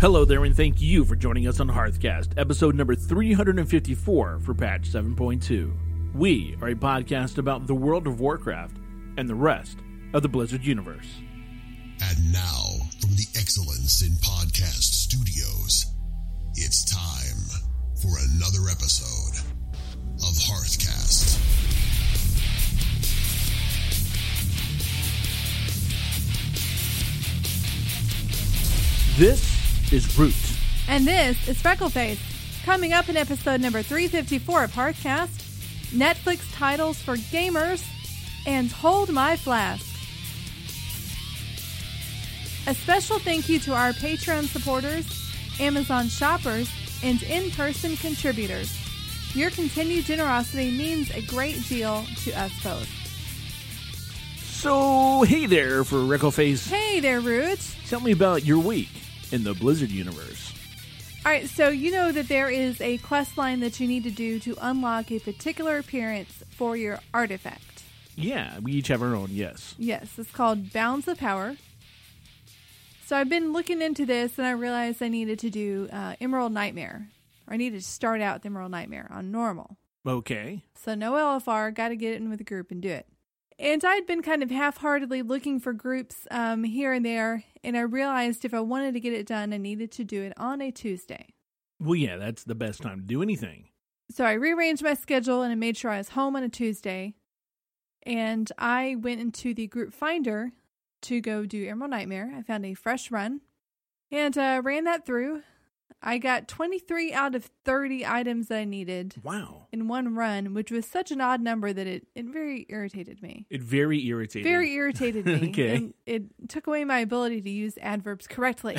Hello there, and thank you for joining us on Hearthcast, episode number 354 for patch 7.2. We are a podcast about the world of Warcraft and the rest of the Blizzard universe. And now, from the Excellence in Podcast Studios, it's time for another episode of Hearthcast. This is Root. And this is Freckleface. Coming up in episode number 354 of Hearthcast, Netflix titles for gamers, and Hold My Flask. A special thank you to our Patreon supporters, Amazon shoppers, and in person contributors. Your continued generosity means a great deal to us both. So, hey there for Rickleface. Hey there, Root. Tell me about your week in the Blizzard universe. All right, so you know that there is a quest line that you need to do to unlock a particular appearance for your artifact. Yeah, we each have our own, yes. Yes, it's called Bounds of Power. So I've been looking into this and I realized I needed to do uh, Emerald Nightmare. Or I needed to start out with Emerald Nightmare on normal. Okay. So no LFR, got to get in with a group and do it. And I'd been kind of half heartedly looking for groups um, here and there, and I realized if I wanted to get it done, I needed to do it on a Tuesday. Well, yeah, that's the best time to do anything. So I rearranged my schedule and I made sure I was home on a Tuesday. And I went into the group finder to go do Emerald Nightmare. I found a fresh run and uh, ran that through. I got 23 out of 30 items that I needed Wow. in one run, which was such an odd number that it, it very irritated me. It very irritating. Very irritated me. Okay. and it took away my ability to use adverbs correctly.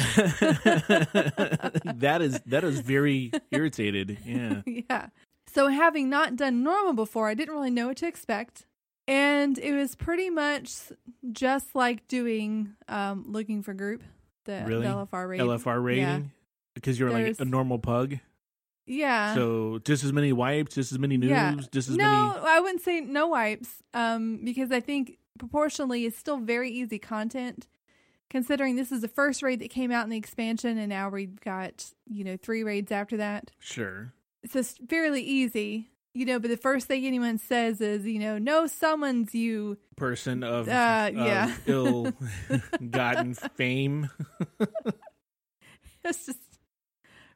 that is that is very irritated. Yeah. yeah. So, having not done normal before, I didn't really know what to expect. And it was pretty much just like doing um, looking for group, the, Really? the LFR rating. LFR rating because you're There's- like a normal pug. Yeah. so just as many wipes, just as many noobs, Yeah. just as no, I wouldn't say no wipes um, because I think proportionally it's still very easy content. Considering this is the first raid that came out in the expansion, and now we've got you know three raids after that, many. Sure. so it's fairly easy, you know. But the first thing anyone says is, you know, no summons you. Person of, Uh, yeah. ill gotten fame. It's just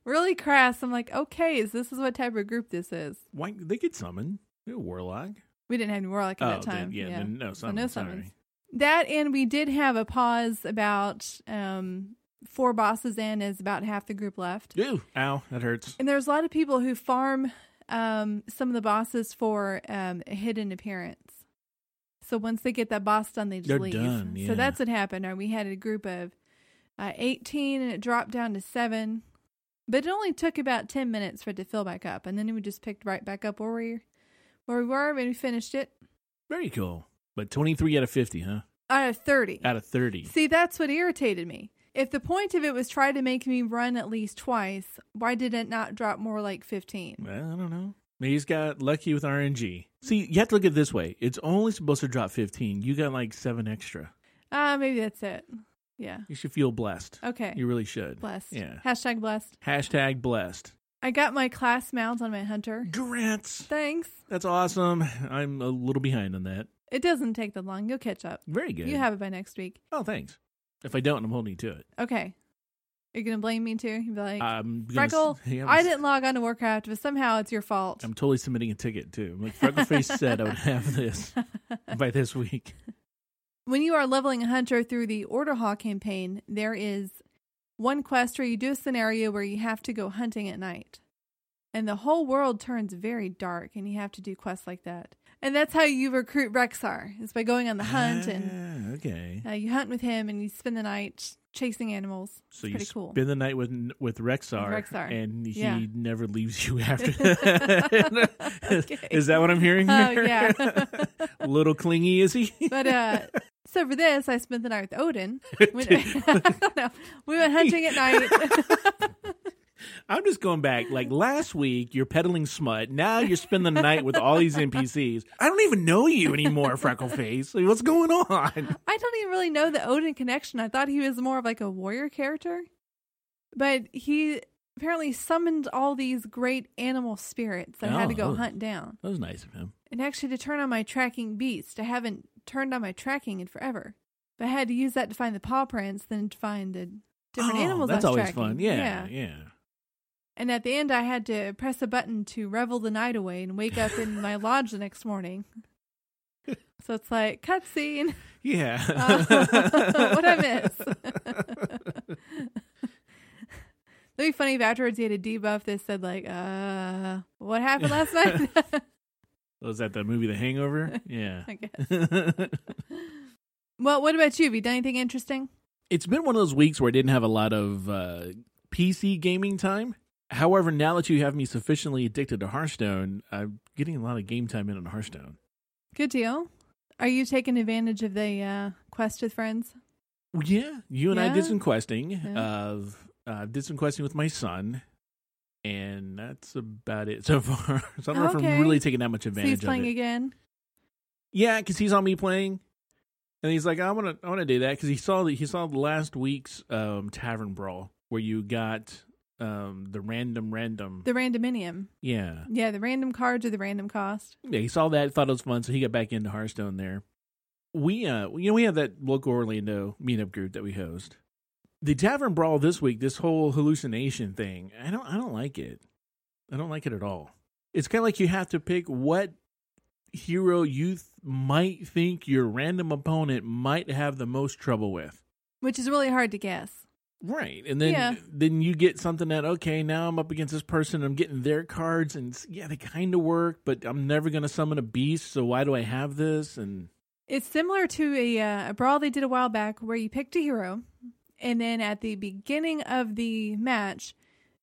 really crass. I'm like, okay, is this is what type of group this is? Why they could summon. They're a warlock. We didn't have any warlock at oh, that then- time. yeah, then no So summon. no sorry. summons. That and we did have a pause about um four bosses in is about half the group left. Ew. Ow, that hurts. And there's a lot of people who farm um some of the bosses for um a hidden appearance. So once they get that boss done, they just They're leave. done, yeah. So that's what happened. Uh, We had a group of uh, 18 and it dropped down to seven, but it only took about 10 minutes for it to fill back up. And then we just picked right back up where we, where we were and we finished it Very cool. But twenty three out of fifty, huh? out of 30. Out of thirty. See, that's what irritated me. If the point of it was try to make me run at least twice, why did it not drop more like 15? Well, I don't know. Maybe he's got lucky with RNG. See, you have to look at it this way. It's only supposed to drop 15. You got like seven extra. Ah, maybe that's it. Yeah. You should feel blessed. Okay. You really should. blessed. Yeah. Hashtag blessed. Hashtag blessed. I got my class mount on my hunter. Grants. Thanks. That's awesome. I'm a little behind on that. It doesn't take that long. You'll catch up. Very good. You have it by next week. Oh, thanks. If I don't, I'm holding you to it. Okay. You're going to blame me too? You'll be like, I'm gonna s- Freckle, Uh, yeah, I'm I s- didn't log on to Warcraft, but somehow it's your fault. I'm totally submitting a ticket too. Like Freckleface said, I would have this by this week. when you are leveling a hunter through the order hall campaign there is one quest where you do a scenario where you have to go hunting at night and the whole world turns very dark and you have to do quests like that and that's how you recruit rexar is by going on the hunt and Ah, okay. uh, you hunt with him and you spend the night chasing animals it's So you pretty cool spend the night with with Rexar, With Rexar. and he Yeah. never leaves you after. that. Is Okay. that what I'm hearing? Oh, here? yeah. little clingy is he? but uh so for this i spent the night with odin When- I don't know. we went hunting at night I'm just going back. Like last week, you're peddling smut. Now you're spending the night with all these NPCs. I don't even know you anymore, Freckleface. Like, what's going on? I don't even really know the Odin connection. I thought he was more of like a warrior character. But he apparently summoned all these great animal spirits that I had to Oh, go those. hunt down. That was nice of him. And actually to turn on my tracking beast. I haven't turned on my tracking in forever. But I had to use that to find the paw prints, then to find the different Oh, animals I That's was always tracking. fun. Yeah, yeah. And at the end, I had to press a button to revel the night away and wake up in my lodge the next morning. So it's like cutscene. Yeah. Uh, what I miss? It'd be funny if afterwards he had a debuff that said like, "Uh, what happened last night?" was that the movie The Hangover? Yeah. I guess. Well, what about you? Have you done anything interesting? it's been one of those weeks where I didn't have a lot of uh, PC gaming time. However, now that you have me sufficiently addicted to Hearthstone, I'm getting a lot of game time in on Hearthstone. Good deal. Are you taking advantage of the uh, quest with friends? Well, Yeah, you and I Yeah. did some questing. Yeah. Uh, uh, did some questing with my son, and that's about it so far. so I don't know if Okay. I'm really taking that much So advantage he's playing of it. again. Yeah, because he's on me playing, and he's like, "I want to, I want to do that." Because he saw the, he saw last week's um, tavern brawl where you got um, the random random. The randominium. yeah, Yeah, the random cards or the random cost. yeah, he saw that, thought it was fun, so he got back into Hearthstone there. We, uh, you know, we have that local Orlando meetup group that we host. The tavern brawl this week, this whole hallucination thing, I don't, I don't like it. I don't like it at all. It's kind of like you have to pick what hero you th- might think your random opponent might have the most trouble with. Which is really hard to guess. Right, and then Yeah. then you get something that okay, now I'm up against this person. I'm getting their cards, and it's- yeah, they kind of work, but I'm never going to summon a beast, so why do I have this? And It's similar to a, uh, a brawl they did a while back where you picked a hero, and then at the beginning of the match,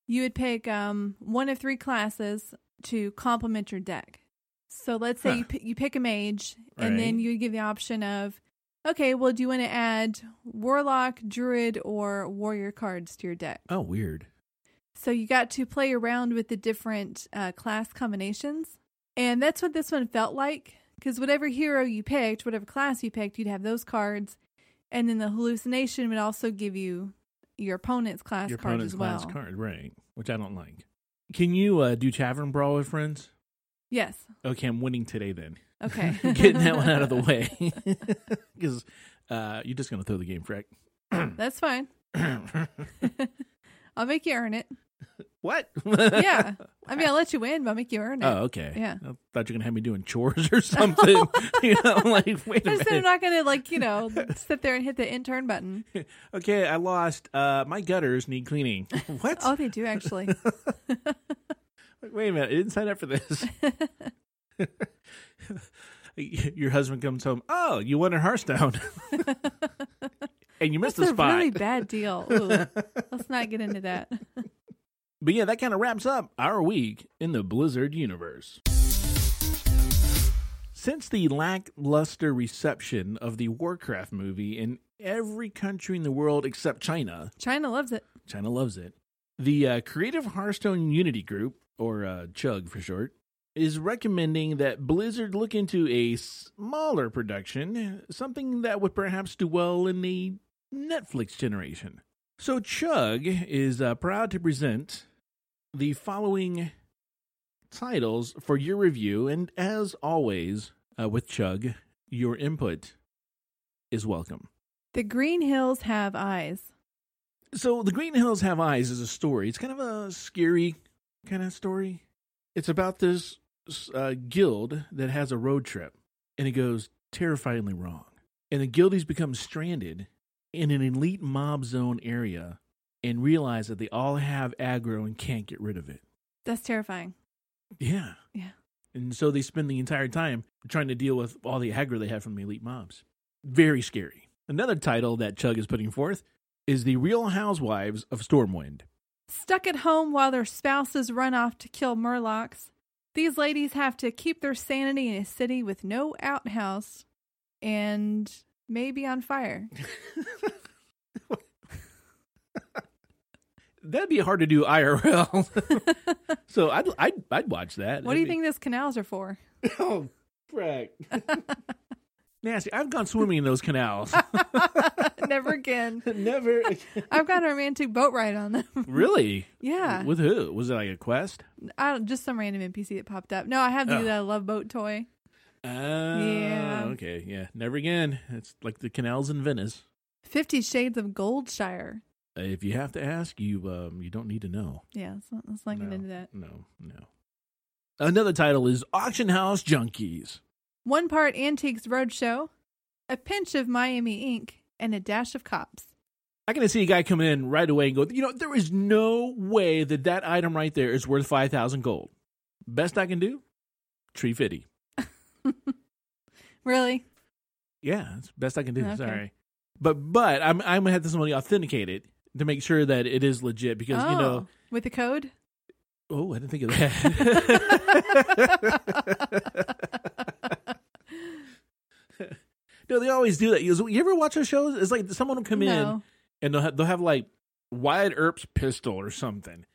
you would pick um, one of three classes to complement your deck. So let's say Huh. you, p- you pick a mage, and then Right. you would give the option of, okay, well, do you want to add warlock, druid, or warrior cards to your deck? oh, weird. So you got to play around with the different uh, class combinations. And that's what this one felt like. Because whatever hero you picked, whatever class you picked, you'd have those cards. And then the hallucination would also give you your opponent's class Your card opponent's as well. class card, right? Which I don't like. Can you uh, do tavern brawl with friends? Yes. Okay, I'm winning today then. Okay. Getting that one out of the way because uh, you're just going to throw the game, Freck. That's fine. I'll make you earn it. what? Yeah. I mean, I'll let you win, but I'll make you earn it. Oh, okay. Yeah. I thought you were gonna have me doing chores or something. you know, I'm like, wait a I minute. just am not going to, like, you know, sit there and hit the intern button. okay, I lost. Uh, my gutters need cleaning. What? Oh, they do, actually. Wait a minute. I didn't sign up for this. Your husband comes home. Oh, you won in Hearthstone, and you missed the That's a spot. really bad deal. Ooh, let's not get into that. But yeah, that kind of wraps up our week in the Blizzard universe. Since the lackluster reception of the Warcraft movie in every country in the world except China, China loves it. China loves it, the uh, Creative Hearthstone Unity Group, or uh, Chug for short, is recommending that Blizzard look into a smaller production, something that would perhaps do well in the Netflix generation. So Chug is uh, proud to present the following titles for your review, and as always uh, with Chug, your input is welcome. The Green Hills Have Eyes. So, The Green Hills Have Eyes is a story. It's kind of a scary kind of story. It's about this uh, guild that has a road trip, and it goes terrifyingly wrong. And the guildies become stranded in an elite mob zone area and realize that they all have aggro and can't get rid of it. That's terrifying. Yeah. Yeah. And so they spend the entire time trying to deal with all the aggro they have from the elite mobs. Very scary. Another title that Chug is putting forth is The Real Housewives of Stormwind. Stuck at home while their spouses run off to kill murlocs, these ladies have to keep their sanity in a city with no outhouse and maybe on fire. That'd be hard to do IRL. so I'd, I'd I'd watch that. What do you That'd think those canals are for? be- Oh, Frank. Nasty. I've gone swimming in those canals. Never again. Never. I've got a romantic boat ride on them. really? Yeah. With who? Was it like a quest? I don't, just some random NPC that popped up. No, I have the Oh. uh, love boat toy. Oh, Yeah. Okay. Yeah. Never again. It's like the canals in Venice. Fifty Shades of Goldshire. Uh, If you have to ask, you um, you don't need to know. Yeah, let's not, let's not no, get into that. No. No. Another title is Auction House Junkies. One part Antiques Roadshow, a pinch of Miami Ink, and a dash of cops. I can see a guy coming in right away and go, you know, there is no way that that item right there is worth 5,000 gold. Best I can do, tree fitty. Really? Yeah, that's best I can do. Okay. Sorry. But but I'm I'm gonna have to somebody authenticate it to make sure that it is legit because you know with the code. oh I didn't think of that. no, they always do that. You you ever watch those shows? It's like someone will come in no. and they'll have, they'll have like Wyatt Earp's pistol or something,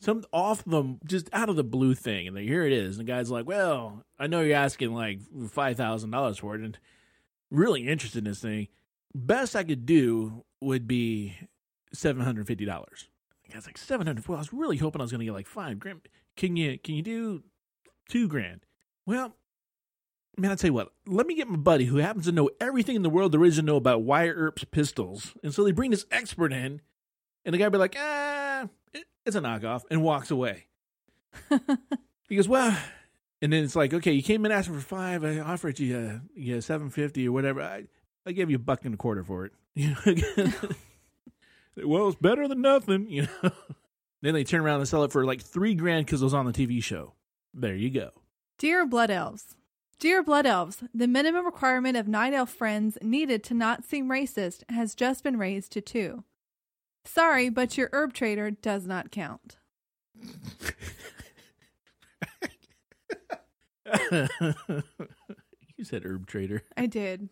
some off them just out of the blue thing, and they, here it is, and the guy's like, "Well, I know you're asking like five thousand dollars for it, and really interested in this thing. Best I could do would be seven hundred fifty dollars." The guy's like, 700 Well, I was really hoping I was going to get like five grand. Can you can you do two grand? Well, Man, I tell you what. Let me get my buddy who happens to know everything in the world there is to know about wire Earp's pistols, and so they bring this expert in, and the guy be like, "Ah, it, it's a knockoff," and walks away. he goes, "Well," and then it's like, "Okay, you came in asking for five. I offered you, uh, yeah, seven fifty or whatever. I, I gave you a buck and a quarter for it. You know, well, it's better than nothing, you know." then they turn around and sell it for like three grand because it was on the TV show. There you go. Dear Blood Elves. Dear Blood Elves, the minimum requirement of Night Elf friends needed to not seem racist has just been raised to two. Sorry, but your herb trader does not count. you said herb trader. I did.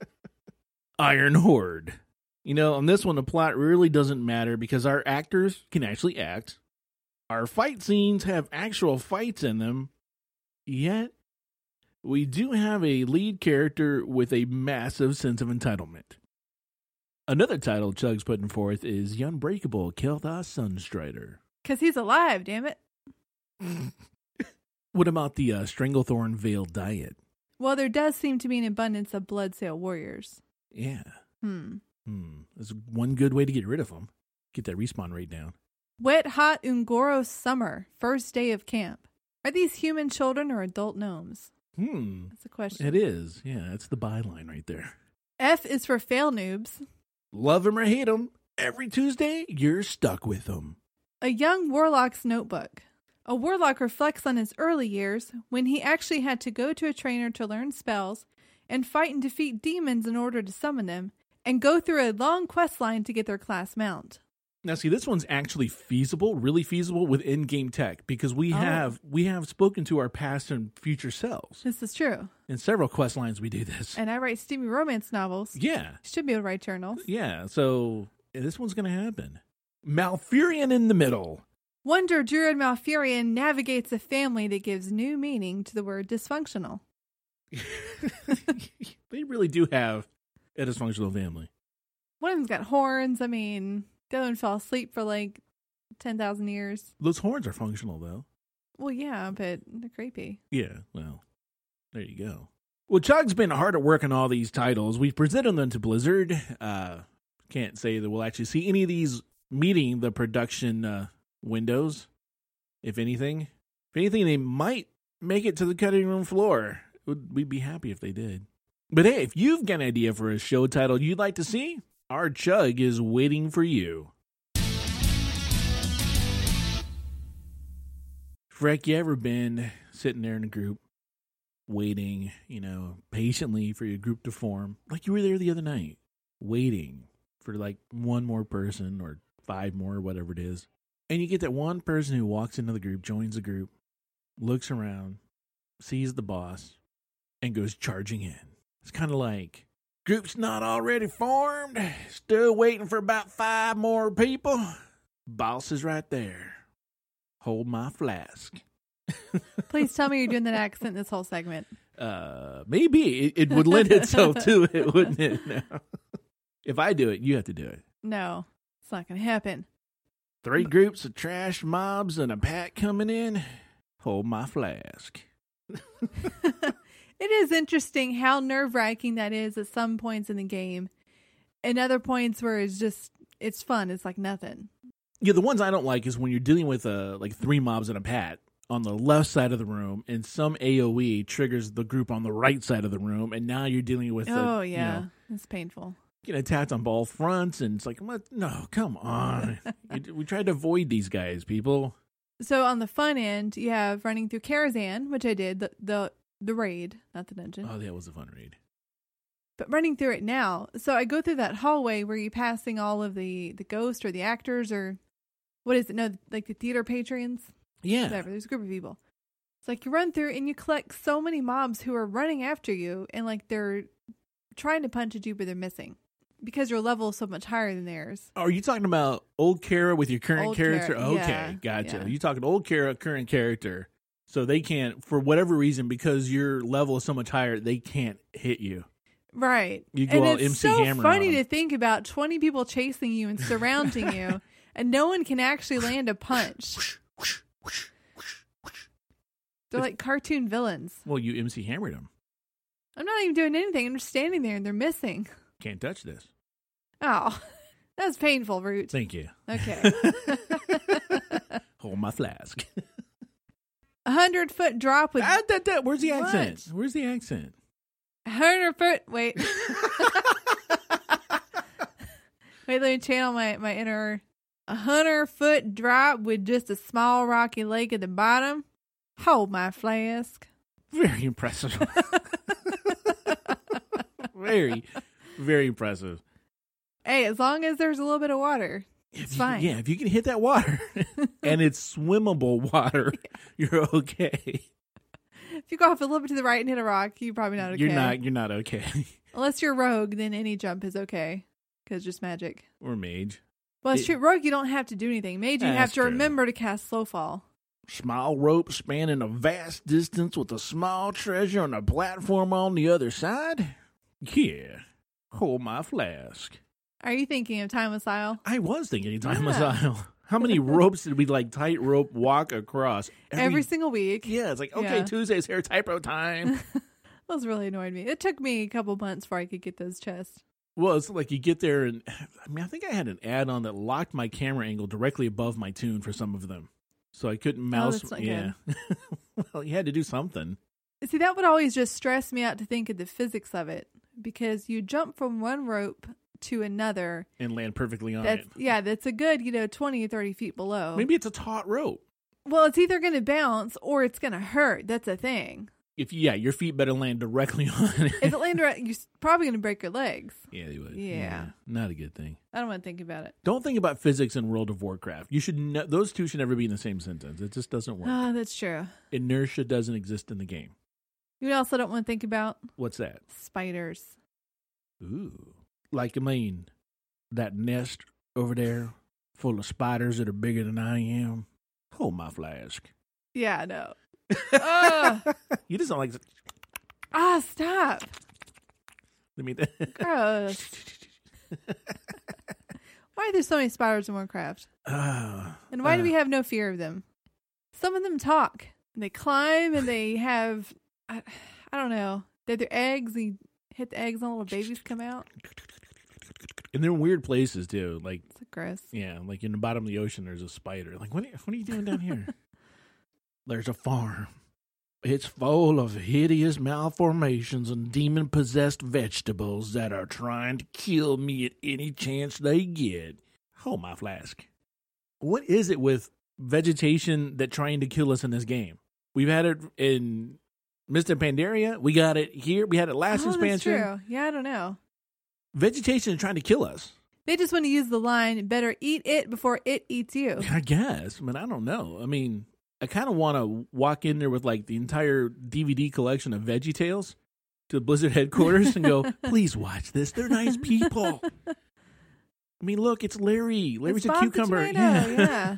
Iron Horde. You know, on this one, the plot really doesn't matter because our actors can actually act. Our fight scenes have actual fights in them. Yet, we do have a lead character with a massive sense of entitlement. Another title Chug's putting forth is The Unbreakable Kel'Tha Sunstrider. Because he's alive, damn it. What about the uh, Stranglethorn Veil Diet? Well, there does seem to be an abundance of Blood Sale warriors. Yeah. Hmm. Hmm. That's one good way to get rid of them. Get that respawn rate down. Wet Hot Ungoro Summer, first day of camp. Are these human children or adult gnomes? Hmm. That's a question. It is. Yeah, that's the byline right there. F is for fail noobs. Love them or hate them, every Tuesday you're stuck with them. A Young Warlock's Notebook. A warlock reflects on his early years when he actually had to go to a trainer to learn spells and fight and defeat demons in order to summon them and go through a long quest line to get their class mount. Now, see, this one's actually feasible, really feasible with in-game tech because we Oh. have we have spoken to our past and future selves This is true. in several quest lines. We do this. And I write steamy romance novels. Yeah, Should be able to write journals. yeah. So this one's gonna happen. Malfurion in the middle. Wonder Druid Malfurion navigates a family that gives new meaning to the word dysfunctional. they really do have a dysfunctional family. One of them's got horns. I mean, the other one fell asleep for like 10,000 years. Those horns are functional though. Well, yeah, but they're creepy. Yeah, well, there you go. Well, Chug's been hard at work on all these titles. We've presented them to Blizzard. Uh, can't say that we'll actually see any of these meeting the production uh, windows, if anything. If anything, they might make it to the cutting room floor. Would- We'd be happy if they did. But hey, if you've got an idea for a show title you'd like to see, our Chug is waiting for you. Freck, you ever been sitting there in a group, waiting, you know, patiently for your group to form? Like you were there the other night, waiting for like one more person or five more, whatever it is. And you get that one person who walks into the group, joins the group, looks around, sees the boss, and goes charging in. It's kind of like, group's not already formed, still waiting for about five more people. Boss is right there. Hold my flask. Please tell me you're doing that accent this whole segment. Uh, maybe it, it would lend itself to it, wouldn't it? Now, if I do it, you have to do it. No, it's not going to happen. Three groups of trash mobs and a pack coming in. Hold my flask. It is interesting how nerve wracking that is at some points in the game, and other points where it's just it's fun. It's like nothing. Yeah, the ones I don't like is when you're dealing with uh, like three mobs and a pat on the left side of the room, and some AOE triggers the group on the right side of the room, and now you're dealing with oh a, you yeah, know, it's painful. getting attacked on ball fronts, and it's like, what? no, come on. You- we tried to avoid these guys, people. So on the fun end, you have running through Karazhan, which I did the the the raid, not the dungeon, Oh, that was a fun read. but running through it now. So I go through that hallway where you're passing all of the the ghosts or the actors or what is it? No, like the theater patrons. Yeah, whatever. There's a group of people. It's like you run through and you collect so many mobs who are running after you and like they're trying to punch at you, but they're missing because your level is so much higher than theirs. Are you talking about old Kara with your current Old character? Kara, okay, yeah, gotcha. yeah. You talking old Kara, current character. So they can't, for whatever reason, because your level is so much higher, they can't hit you. Right. You go and all it's MC so Hammer on funny them. to think about 20 people chasing you and surrounding you, and no one can actually land a punch. They're like cartoon villains. Well, you MC hammered them. I'm not even doing anything. I'm just standing there and they're missing. Can't touch this. Oh, that was painful, Root. Thank you. Okay. Hold my flask. A hundred foot drop with Ah, that, that, where's the accent? What? Where's the accent? hundred foot. Wait. Wait, let me channel my, my inner. A hundred foot drop with just a small rocky lake at the bottom. Hold my flask. Very impressive. very, very impressive. Hey, as long as there's a little bit of water. If It's you- fine. Yeah, if you can hit that water and it's swimmable water, you're okay. If you go off a little bit to the right and hit a rock, you're probably not okay. You're not. You're not okay. Unless you're rogue, then any jump is okay because just magic. or mage. Well, it's It- true. Rogue, you don't have to do anything. Mage, you Yeah, have that's to true. remember to cast slow fall. Small rope spanning a vast distance with a small treasure on a platform on the other side. Yeah. Hold my flask. Are you thinking of Time Isle? I was thinking time Yeah. missile. How many ropes did we like tightrope walk across Every single week. Yeah, it's like okay, Yeah. Tuesday's hair tightrope time. Those really annoyed me. It took me a couple months before I could get those chests. well, it's like you get there and I mean, I think I had an add-on that locked my camera angle directly above my tune for some of them, so I couldn't mouse. Oh, that's not yeah. good. well, you had to do something. See, that would always just stress me out to think of the physics of it because you jump from one rope to another. and land perfectly on That's it. yeah, that's a good, you know, 20 or 30 feet below. Maybe it's a taut rope. Well, it's either going to bounce or it's going to hurt. That's a thing. If yeah, your feet better land directly on it. If it lands right, you're s- probably going to break your legs. yeah, they would. Yeah. not a good thing. I don't want to think about it. Don't think about physics in World of Warcraft. You should ne- those two should never be in the same sentence. It just doesn't work. Ah, that's true. Inertia doesn't exist in the game. You know what else I don't want to think about? What's that? Spiders. Ooh, like I mean, that nest over there full of spiders that are bigger than I am. Hold my flask. Yeah, no. Ugh. You just don't like. ah, stop. Let me. Uh, Gross. Why are there so many spiders in Warcraft? And why do uh, we have no fear of them? Some of them talk. And they climb and they have, I, I don't know, they're their eggs. And you hit the eggs and little babies come out. And they're in weird places too. Like It's gross. Yeah, like in the bottom of the ocean, there's a spider. Like, what are, what are you doing down here? there's a farm. It's full of hideous malformations and demon possessed vegetables that are trying to kill me at any chance they get. Hold my flask. What is it with vegetation that trying to kill us in this game? We've had it in Mr. Pandaria. We got it here. We had it last oh, that's expansion. true. Yeah, I don't know. Vegetation is trying to kill us. They just want to use the line better eat it before it eats you. I guess, but I don't know. I mean, I kind of want to walk in there with like the entire DVD collection of Veggie Tales to Blizzard headquarters and go, "Please watch this. They're nice people." I mean, look, it's Larry. Larry's It's a Bob the cucumber, tomato, yeah.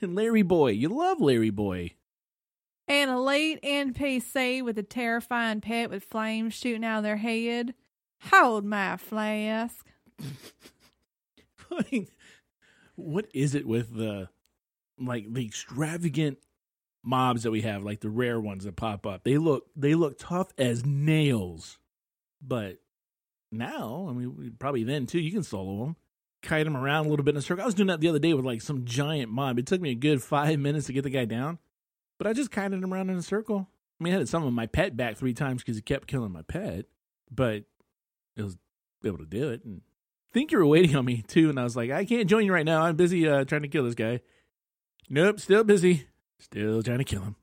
and Larry Boy, you love Larry Boy. And a late NPC with a terrifying pet with flames shooting out of their head. Hold my flask. I mean, what is it with the like the extravagant mobs that we have, like the rare ones that pop up? They look they look tough as nails, but now I mean we- probably then too. You can solo them, kite them around a little bit in a circle. I was doing that the other day with like some giant mob. It took me a good five minutes to get the guy down, but I just kited him around in a circle. I mean, I had some of my pet back three times because he kept killing my pet, but it was able to do it and think you were waiting on me too, and I was like, I can't join you right now. I'm busy uh, trying to kill this guy. Nope, still busy. Still trying to kill him.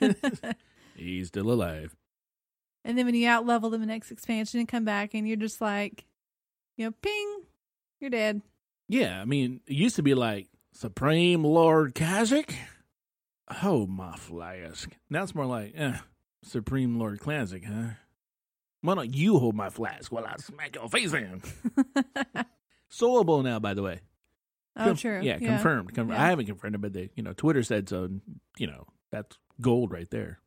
and He's still alive. then when you out level the next expansion and come back and you're just like, you know, ping, you're dead. Yeah, I mean, it used to be like Supreme Lord Kazakh. Oh my flask. Now it's more like eh, Supreme Lord Classic, huh? Why don't you hold my flask while I smack your face in? Soloable now, by the way. oh, Conf- true. Yeah, confirmed. Confirm- Yeah. I haven't confirmed it, but they, you know, Twitter said so. and, You know, that's gold right there.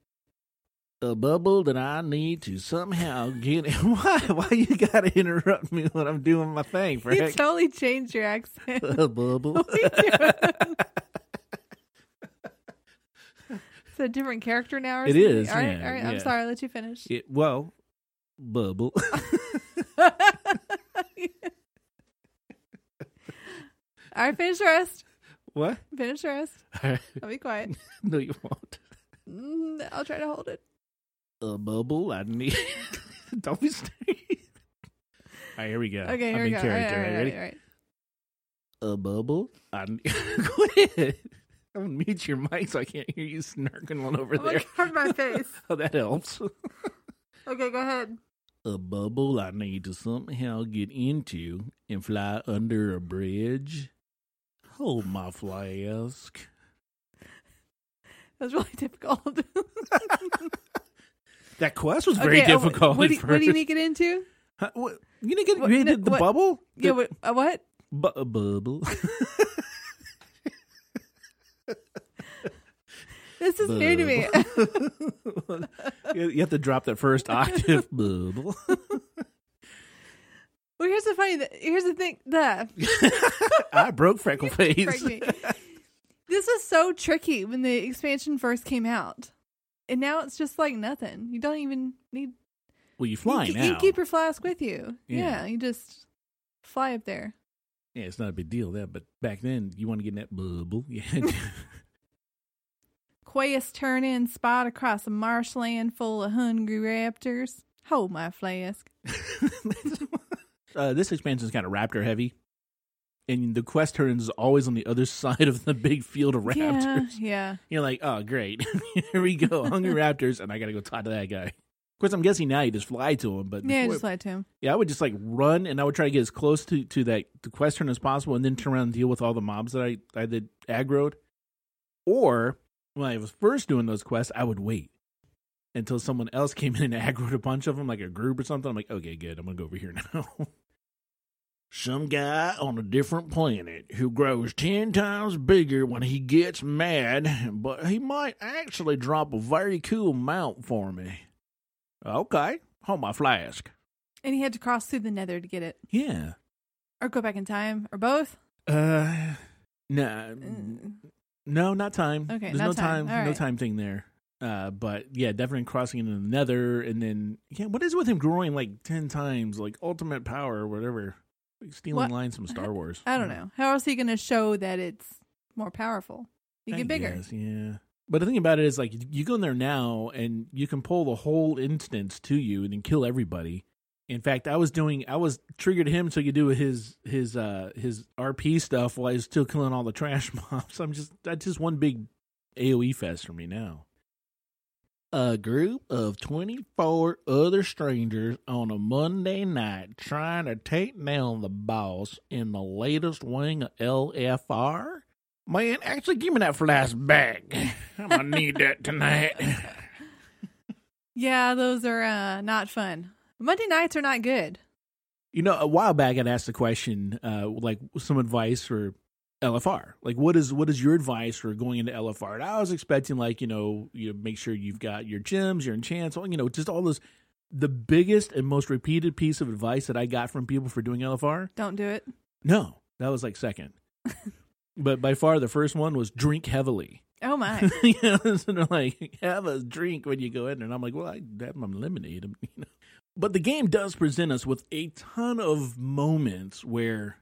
A bubble that I need to somehow get. Why? Why you gotta interrupt me when I'm doing my thing, You Frank? totally changed your accent. A bubble. What are you doing? it's a different character now. Or It something? is, All right, yeah, all right. yeah. I'm sorry. I let you finish. It- well, bubble. all right, finish the rest. what? Finish the rest. I'll be quiet. no, you won't. Mm, I'll try to hold it. A bubble. I need. Don't be staring. All right, here we go. Okay, here I'm we in go. All right, character. All all right, right, all ready? right, all right. a bubble? I quit. I'm gonna mute your mic so I can't hear you snarking one over Oh there. my God, my face. Oh, that helps. Okay, go ahead. A bubble I need to somehow get into and fly under a bridge. Hold my flask. That was really difficult. That quest was very Okay, uh, difficult. What at do, you- what do you first. need to get into? Huh? What? You didn't get What- you didn't no, get the what- bubble? The Yeah, what, uh, what? bu- a bubble. This is new to me. Bubble. you you have to drop that first octave. bubble. Well, here's the funny. Th- here's the thing. The I broke freckle correct face. me. this was so tricky when the expansion first came out, and now it's just like nothing. You don't even need. Well, you fly you, ke- now. you keep your flask with you. Yeah. Yeah. you just fly up there. Yeah, it's not a big deal there, but back then you want to get in that bubble. Yeah. Quest turn in spot across a marshland full of hungry raptors. Hold my flask. uh, this expansion is kind of raptor heavy, and the quest turns is always on the other side of the big field of raptors. Yeah, You're like, oh great, here we go, hungry raptors, and I got to go talk to that guy. Of course, I'm guessing now you just fly to him, but yeah. Yeah, before- just lie to him. yeah, I would just like run and I would try to get as close to to that the quest turn as possible, and then turn around and deal with all the mobs that I I did aggroed. Or when I was first doing those quests, I would wait until someone else came in and aggroed a bunch of them, like a group or something. I'm like, okay, good, I'm gonna go over here now. Some guy on a different planet who grows 10 times bigger when he gets mad, but he might actually drop a very cool mount for me. Okay, hold my flask. And he had to cross through the nether to get it, Yeah. or go back in time, or both. Uh, no, Mm. no, not time. Okay, there's not no time, time. All no right. time thing there. Uh, but yeah, definitely crossing into the nether, and then yeah, what is with him growing like ten times, like ultimate power or whatever, like stealing What? lines from Star Wars. I don't know. How else are you going to show that it's more powerful? You I get bigger. guess, yeah. But the thing about it is, like, you go in there now, and you can pull the whole instance to you, and then kill everybody. In fact, I was doing, I was triggered him so he could do his his uh his RP stuff while he's still killing all the trash mobs. I'm just that's just one big AOE fest E for me now. A group of 24 other strangers on a Monday night trying to take down the boss in the latest wing of LFR? Man, actually, give me that flask back. I'm gonna need that tonight. Yeah, those are uh, not fun. Monday nights are not good. You know, a while back, I'd asked the question, uh, like some advice for LFR? Like, what is what is your advice for going into LFR? And I was expecting like you know you know, make sure you've got your gems, your enchants, all- you know, just all those. The biggest and most repeated piece of advice that I got from people for doing LFR, Don't do it. no, that was like second, but by far the first one was drink heavily. Oh my. you know, so they're like, have a drink when you go in. And I'm like, well, I have my lemonade. You know? But the game does present us with a ton of moments where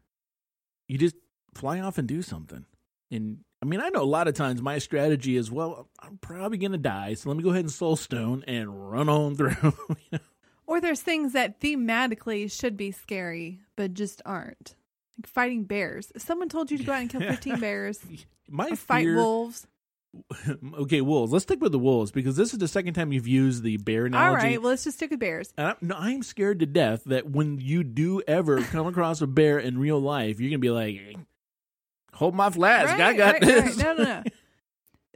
you just fly off and do something. And I mean, I know a lot of times my strategy is, well, I'm probably going to die. So let me go ahead and soul stone and run on through. you know? or there's things that thematically should be scary, but just aren't. Like fighting bears. Someone told you to go out and kill 15 bears My or fight fear, wolves. okay, wolves. Let's stick with the wolves because this is the second time you've used the bear analogy. All right, well, let's just stick with bears. And I'm, no, I'm scared to death that when you do ever come across a bear in real life, you're gonna be like, "Hold my flask, I Right, got right, right. this." No, no, no.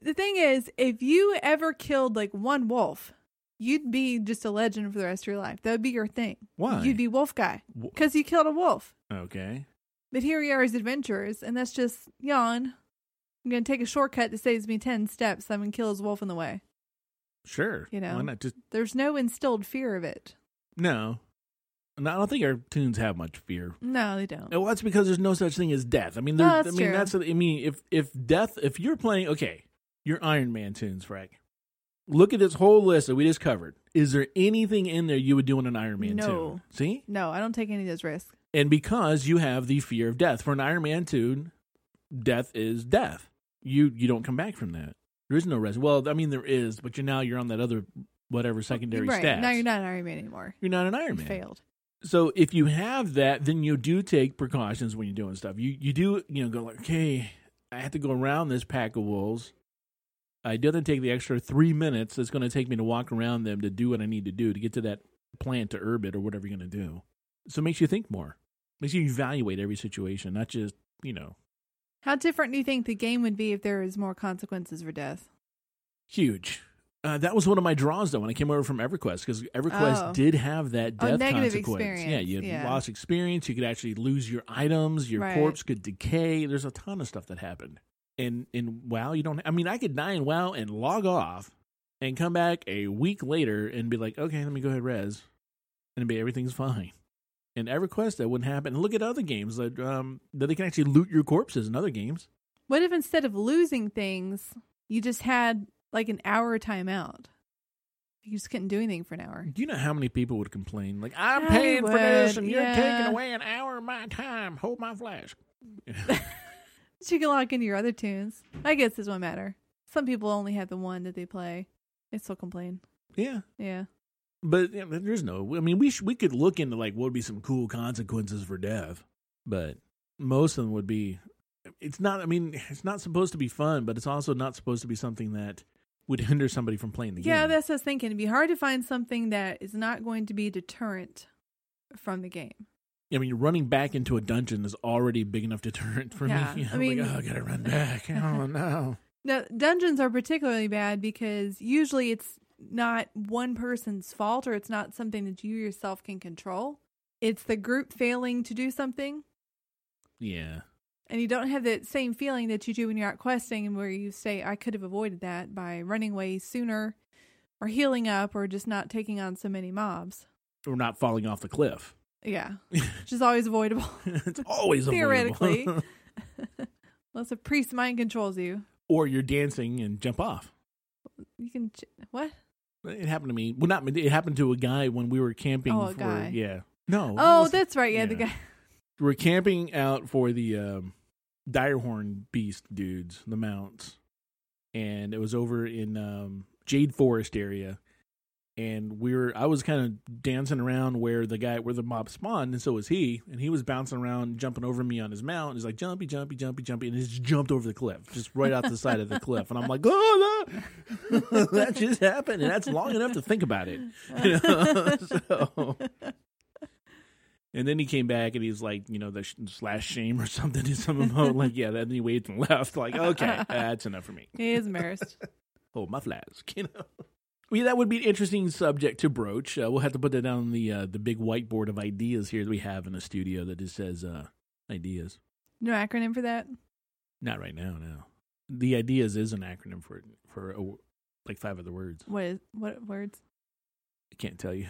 the thing is, if you ever killed like one wolf, you'd be just a legend for the rest of your life. That would be your thing. Why? You'd be wolf guy Wh- because you killed a wolf. okay. But here we are as adventurers, and that's just yawn. I'm gonna take a shortcut that saves me ten steps. I'm gonna kill his wolf in the way. Sure. You know. Why not just There's no instilled fear of it. no? No, I don't think our tunes have much fear. No, they don't. Well, that's because there's no such thing as death. I mean, No, there, I that's mean true. that's. I mean, if if death, if you're playing, okay, your Iron Man tunes, Frank. Look at this whole list that we just covered. Is there anything in there you would do in an Iron Man No. tune? See, No, I don't take any of those risks. and because you have the fear of death for an Iron Man tune, death is death. You you don't come back from that. There is no rest. Well, I mean there is, but you're now you're on that other whatever secondary right stats. now, you're not an Iron Man anymore. You're not an Iron You Man. failed. So if you have that, then you do take precautions when you're doing stuff. You you do you know go like, okay, I have to go around this pack of wolves. I do have to take the extra three minutes it's going to take me to walk around them to do what I need to do to get to that plant to herb it or whatever you're going to do. So it makes you think more, makes you evaluate every situation, not just you know How different do you think the game would be if there was more consequences for death? huge. Uh, that was one of my draws though when I came over from EverQuest because EverQuest Oh. did have that Oh, death negative consequence. Yeah, experience, you yeah. lost experience. You could actually lose your items. Your Right. corpse could decay. There's a ton of stuff that happened. And in WoW, you don't. I mean, I could die in WoW and log off and come back a week later and be like, okay, let me go ahead res, and it'd be everything's fine. In EverQuest, that wouldn't happen. And look at other games that um, that they can actually loot your corpses in other games. What if instead of losing things, you just had like an hour timeout? You just couldn't do anything for an hour. Do you know how many people would complain? Like, I'm I paying for this, would, and you're yeah. taking away an hour of my time. Hold my flash. So you can log into your other tunes. I guess this won't matter. Some people only have the one that they play. They still complain. yeah, Yeah. but yeah, but there's no. I mean, we sh- we could look into like what would be some cool consequences for death, but most of them would be. It's not. I mean, it's not supposed to be fun, but it's also not supposed to be something that would hinder somebody from playing the game. Yeah, that's what I was thinking. It'd be hard to find something that is not going to be deterrent from the game. I mean, running back into a dungeon is already big enough deterrent for Yeah, me. You I know, mean- like, oh, I gotta run back. oh no. Now, dungeons are particularly bad because usually it's not one person's fault or it's not something that you yourself can control. It's the group failing to do something Yeah. and you don't have that same feeling that you do when you're out questing and where you say i could have avoided that by running away sooner or healing up or just not taking on so many mobs Or not falling off the cliff. yeah which is always avoidable it's always avoidable. theoretically unless a priest mind controls you or you're dancing and jump off. you can ch- what It happened to me. Well, not me. it happened to a guy when we were camping. Oh, a for, guy. Yeah. No. it oh wasn't- that's right yeah, the yeah. guy we were camping out for the um, direhorn beast dudes, the mounts, and it was over in um, Jade Forest area. And we were, I was kind of dancing around where the guy, where the mob spawned, and so was he. And he was bouncing around, jumping over me on his mount. He's like jumpy, jumpy, jumpy, jumpy, and he just jumped over the cliff, just right off the side of the cliff. And I'm like, oh, that, that just happened, and that's long enough to think about it. You know? so. And then he came back and he's like, you know, the sh- slash shame or something to some amount. like, yeah, then he waved and left. Like, okay, that's enough for me. he is embarrassed Hold my flask, you know. Well, yeah, that would be an interesting subject to broach. Uh, we'll have to put that down on the uh, the big whiteboard of ideas here that we have in the studio that just says uh, ideas. no acronym for that Not right now, no. The ideas is an acronym for for a w like five other words. What is what words? I can't tell you.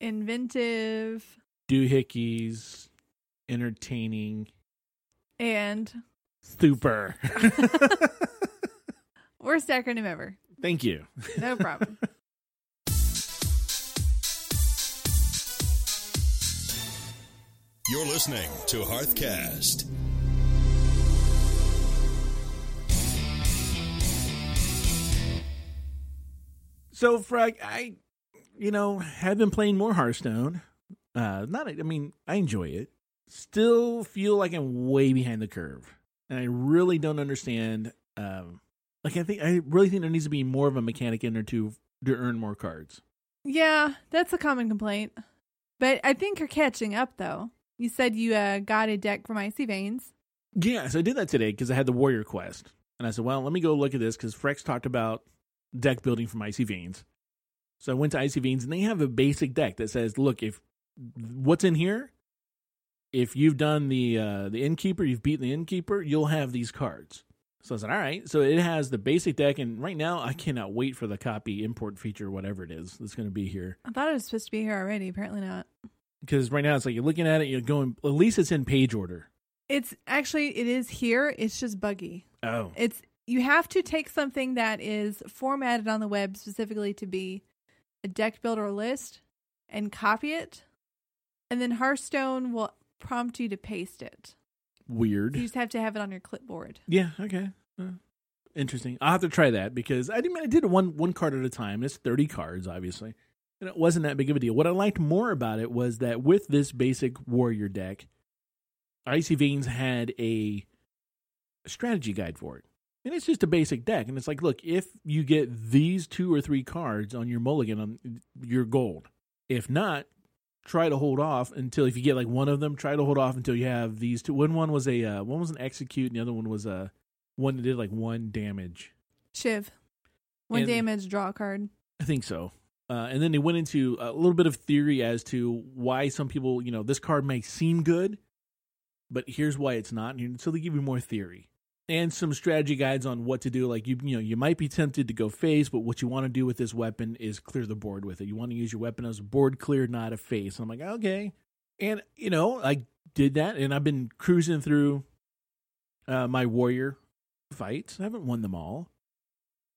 Inventive Doohickeys, entertaining, and super. worst acronym ever. Thank you. No problem. You're listening to Hearthcast. So, Frag, I, you know, have been playing more Hearthstone. Uh, not, I mean, I enjoy it. Still feel like I'm way behind the curve, and I really don't understand. Um, like, I think I really think there needs to be more of a mechanic in there to to earn more cards. Yeah, that's a common complaint. But I think you're catching up though. You said you uh, got a deck from Icy Veins. Yeah, so I did that today because I had the Warrior Quest, and I said, well, let me go look at this because Frex talked about deck building from Icy Veins. So I went to Icy Veins, and they have a basic deck that says, look, if what's in here, if you've done the uh, the innkeeper, you've beaten the innkeeper, you'll have these cards. So I said, all right. So it has the basic deck, and right now I cannot wait for the copy import feature, whatever it is that's going to be here. I thought it was supposed to be here already. Apparently not. Because right now it's like you're looking at it, you're going. At least it's in page order. It's actually it is here. It's just buggy. Oh, It's you have to take something that is formatted on the web specifically to be a deck builder list and copy it, and then Hearthstone will prompt you to paste it. weird. You just have to have it on your clipboard. Yeah. Okay. Uh, interesting. I'll have to try that because I did. I did it one one card at a time. It's thirty cards, obviously, and it wasn't that big of a deal. What I liked more about it was that with this basic warrior deck, Icy Veins had a strategy guide for it, and it's just a basic deck. And it's like, look, if you get these two or three cards on your mulligan, on your gold. If not. Try to hold off until if you get like one of them. Try to hold off until you have these two. One one was a uh, one was an execute, and the other one was a one that did like one damage. Shiv, one And- damage, draw a card. I think so. Uh, and then they went into a little bit of theory as to why some people, you know, this card may seem good, but here's why it's not. And so they give you more theory and some strategy guides on what to do. Like you, you know, you might be tempted to go face, but what you want to do with this weapon is clear the board with it. You want to use your weapon as a board clear, not a face. And I'm like, okay. And you know, I did that, and I've been cruising through uh, my warrior fights. I haven't won them all.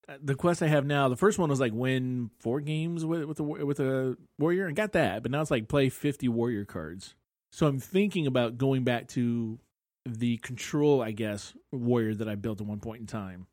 Uh, The quest I have now, the first one was like win four games with with a wa- with a warrior, and got that. But now it's like play fifty warrior cards. So I'm thinking about going back to the control, I guess, warrior that I built at one point in time.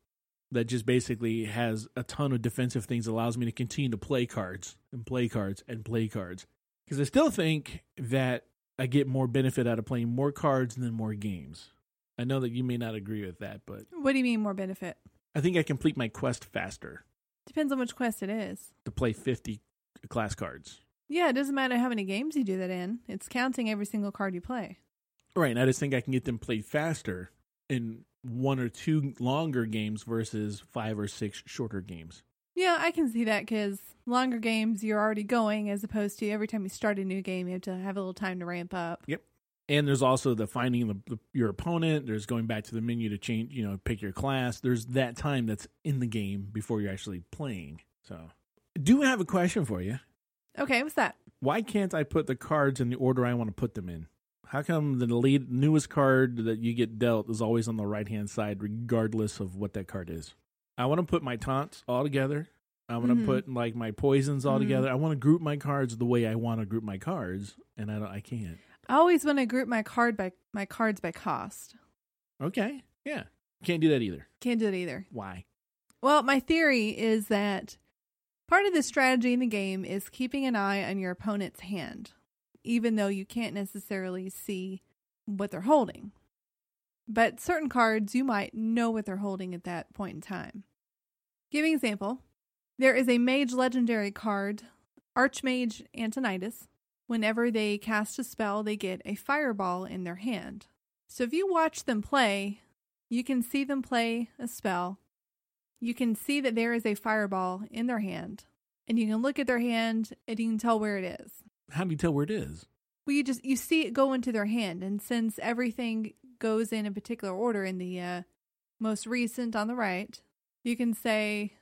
That just basically has a ton of defensive things, allows me to continue to play cards and play cards and play cards. Because I still think that I get more benefit out of playing more cards than more games. I know that you may not agree with that, but What do you mean more benefit? I think I complete my quest faster Depends on which quest it is. to play 50 class cards. Yeah, it doesn't matter how many games you do that in. It's counting every single card you play. Right, and I just think I can get them played faster in one or two longer games versus five or six shorter games. Yeah, I can see that because longer games you're already going as opposed to every time you start a new game you have to have a little time to ramp up. And there's also the finding the, the, your opponent. There's going back to the menu to change, you know, pick your class. There's that time that's in the game before you're actually playing. So, I do have a question for you. Okay, what's that? why can't I put the cards in the order I want to put them in? How come the lead, newest card that you get dealt is always on the right hand side, regardless of what that card is? I want to put my taunts all together. I want to Mhm. put like my poisons all Mhm. together. I want to group my cards the way I want to group my cards, and I don't. I can't. I always want to group my card by my cards by cost. Okay, yeah, can't do that either. Can't do it either. Why? Well, my theory is that part of the strategy in the game is keeping an eye on your opponent's hand, even though you can't necessarily see what they're holding. But certain cards, you might know what they're holding at that point in time. Give an example. There is a Mage Legendary card, Archmage Antonitis. Whenever they cast a spell, they get a fireball in their hand. So if you watch them play, you can see them play a spell you can see that there is a fireball in their hand, and you can look at their hand and you can tell where it is. How do you tell where it is? Well, you just you see it go into their hand, and since everything goes in a particular order in the uh, most recent on the right, you can say,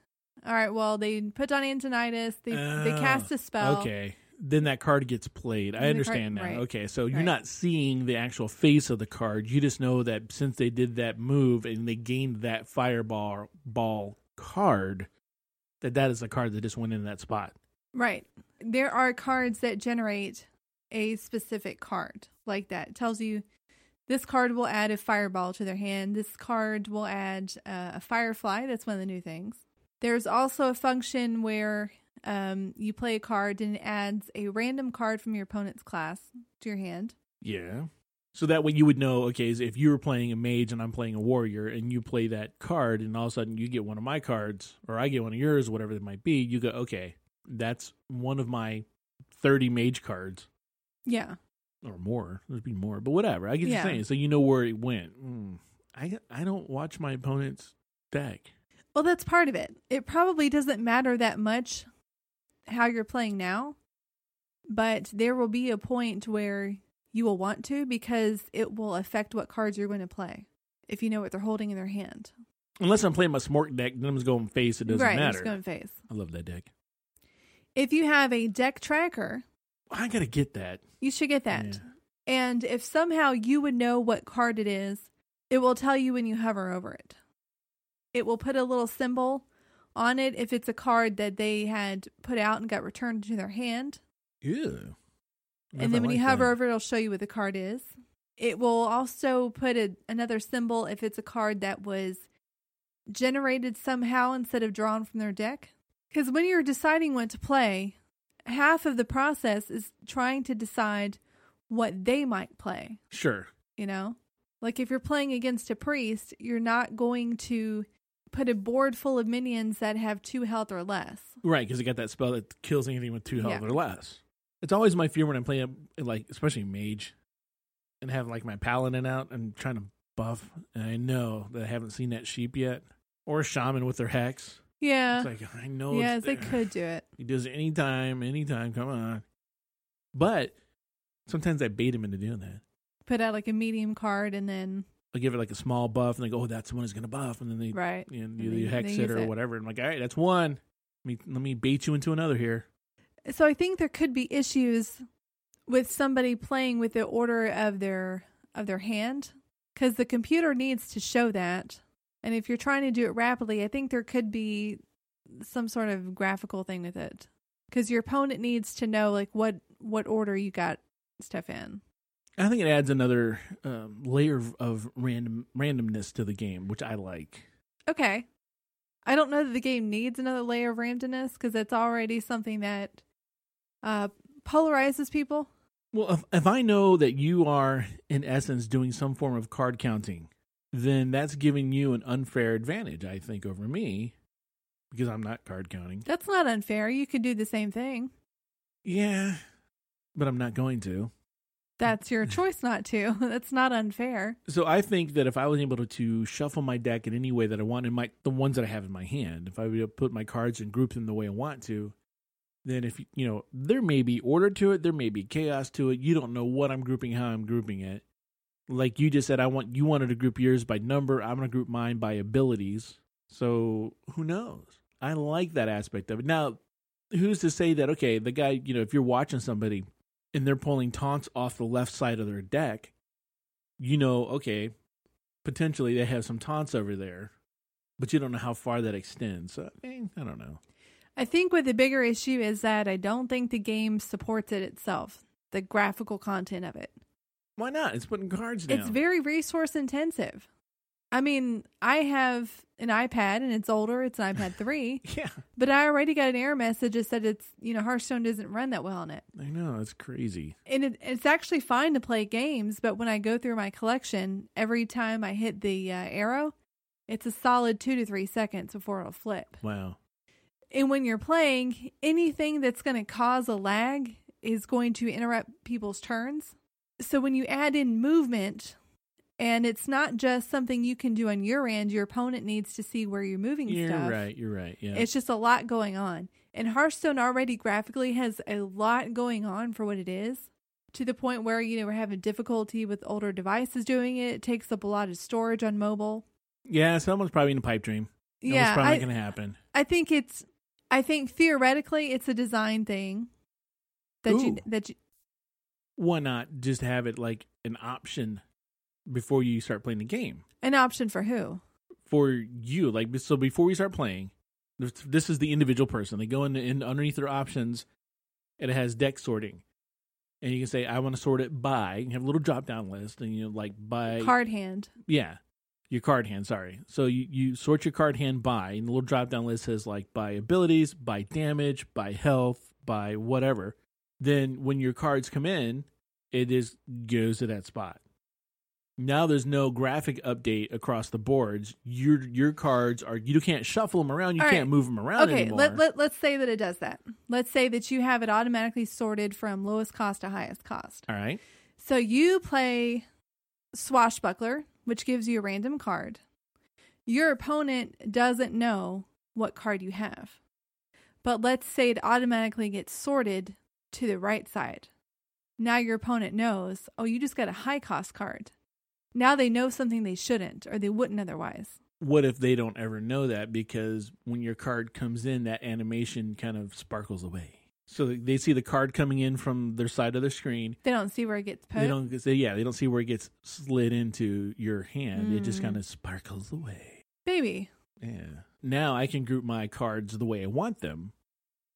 all right, well, they put on Antonitis, they, they Oh, cast a spell. Okay. Then that card gets played. I Then the card- understand now. right. Okay, so you're Right. not seeing the actual face of the card. You just know that since they did that move and they gained that fireball ball card, that that is the card that just went in that spot. Right. There are cards that generate a specific card like that. It tells you this card will add a fireball to their hand. This card will add uh, a firefly. That's one of the new things. There's also a function where um, you play a card and it adds a random card from your opponent's class to your hand. Yeah. So that way you would know, okay, is if you were playing a mage and I'm playing a warrior and you play that card and all of a sudden you get one of my cards or I get one of yours, whatever it might be, you go, okay, that's one of my 30 mage cards Yeah. or more. There'd be more, but whatever. I get Yeah. you saying. So you know where it went. Mm. I, I don't watch my opponent's deck. Well, that's part of it. It probably doesn't matter that much how you're playing now, but there will be a point where you will want to because it will affect what cards you're going to play if you know what they're holding in their hand. Unless I'm playing my smart deck, then I'm just going face. It doesn't right, matter. Just going face. I love that deck. If you have a deck tracker, I got to get that. you should get that. Yeah. And if somehow you would know what card it is, it will tell you when you hover over it. It will put a little symbol on it if it's a card that they had put out and got returned to their hand. Ew. And then when you hover over, it, it'll show you what the card is. It will also put a, another symbol if it's a card that was generated somehow instead of drawn from their deck. Because when you're deciding what to play, half of the process is trying to decide what they might play, Sure. you know? Like if you're playing against a priest, you're not going to put a board full of minions that have two health or less. Right, because it got that spell that kills anything with two health Yeah. or less. It's always my fear when I'm playing, like especially mage, and have like my paladin out and trying to buff, and I know that I haven't seen that sheep yet, or a shaman with their hex. Yeah. It's like I know. yeah, it's they there. could do it. He does it anytime, anytime. Come on. But sometimes I bait him into doing that. Put out like a medium card and then I give it like a small buff, and they go, "Oh, that's the one who's gonna buff," and then they Right. you know, And they- you hex they it use or it. whatever. I'm like, all right, that's one. Let me let me bait you into another here. So I think there could be issues with somebody playing with the order of their of their hand cuz the computer needs to show that. And if you're trying to do it rapidly, I think there could be some sort of graphical thing with it cuz your opponent needs to know like what what order you got stuff in. I think it adds another um, layer of- of random randomness to the game, which I like. Okay. I don't know that the game needs another layer of randomness because that's already something that uh, polarizes people. Well, if, if I know that you are in essence doing some form of card counting, then that's giving you an unfair advantage, I think, over me because I'm not card counting. That's not unfair. You could do the same thing. Yeah, but I'm not going to. That's your choice not to. That's not unfair. So I think that if I was able to, to shuffle my deck in any way that I want, in my the ones that I have in my hand, if I were to put my cards and group them the way I want to, then if you know there may be order to it, there may be chaos to it. You don't know what I'm grouping, how I'm grouping it. Like you just said, I want you wanted to group yours by number. I'm gonna group mine by abilities. So who knows? I like that aspect of it. Now, who's to say that? Okay, the guy, you know, if you're watching somebody and they're pulling taunts off the left side of their deck you know, okay, potentially they have some taunts over there, but you don't know how far that extends. So, I mean, I don't know. I think what the bigger issue is that I don't think the game supports it itself, the graphical content of it. Why not? It's putting cards down. It's very resource intensive. I mean, I have an iPad and it's older, it's an iPad 3, yeah, but I already got an error message that said it's, you know, Hearthstone doesn't run that well on it. I know it's crazy. And it, it's actually fine to play games, but when I go through my collection, every time I hit the uh, arrow, it's a solid two to three seconds before it'll flip. Wow. And when you're playing, anything that's going to cause a lag is going to interrupt people's turns. So when you add in movement, and it's not just something you can do on your end, your opponent needs to see where you're moving You're stuff. right. You're right. Yeah. It's just a lot going on. And Hearthstone already graphically has a lot going on for what it is. to the point where you know we're having difficulty with older devices doing it. It takes up a lot of storage on mobile. Yeah, someone's probably in a pipe dream. That was yeah, probably I, not going to happen. I think it's I think theoretically it's a design thing that you Ooh. that you, Why not just have it like an option before you start playing the game an option for who? for you? Like so, before we start playing, this- this is the individual person. They go in, in underneath their options, and it has deck sorting, and you can say, "I want to sort it by." You have a little drop down list, and you know, like by Card hand. Yeah. Your card hand, sorry. So you, you sort your card hand by, and the little drop down list says like by abilities, by damage, by health, by whatever. Then when your cards come in, it is goes to that spot. Now there's no graphic update across the boards. Your your cards are you can't shuffle them around. You All right. can't move them around Okay, anymore. let, let let's say that it does that. Let's say that you have it automatically sorted from lowest cost to highest cost. All right. So you play Swashbuckler, which gives you a random card. Your opponent doesn't know what card you have. But let's say it automatically gets sorted to the right side. Now your opponent knows, oh, you just got a high cost card. Now they know something they shouldn't or they wouldn't otherwise. What if they don't ever know that because when your card comes in, that animation kind of sparkles away. So they see the card coming in from their side of the screen, They don't see where it gets put. They don't. They, yeah, they don't see where it gets slid into your hand. It just Mm. kind of sparkles away. Baby. Yeah. Now I can group my cards the way I want them,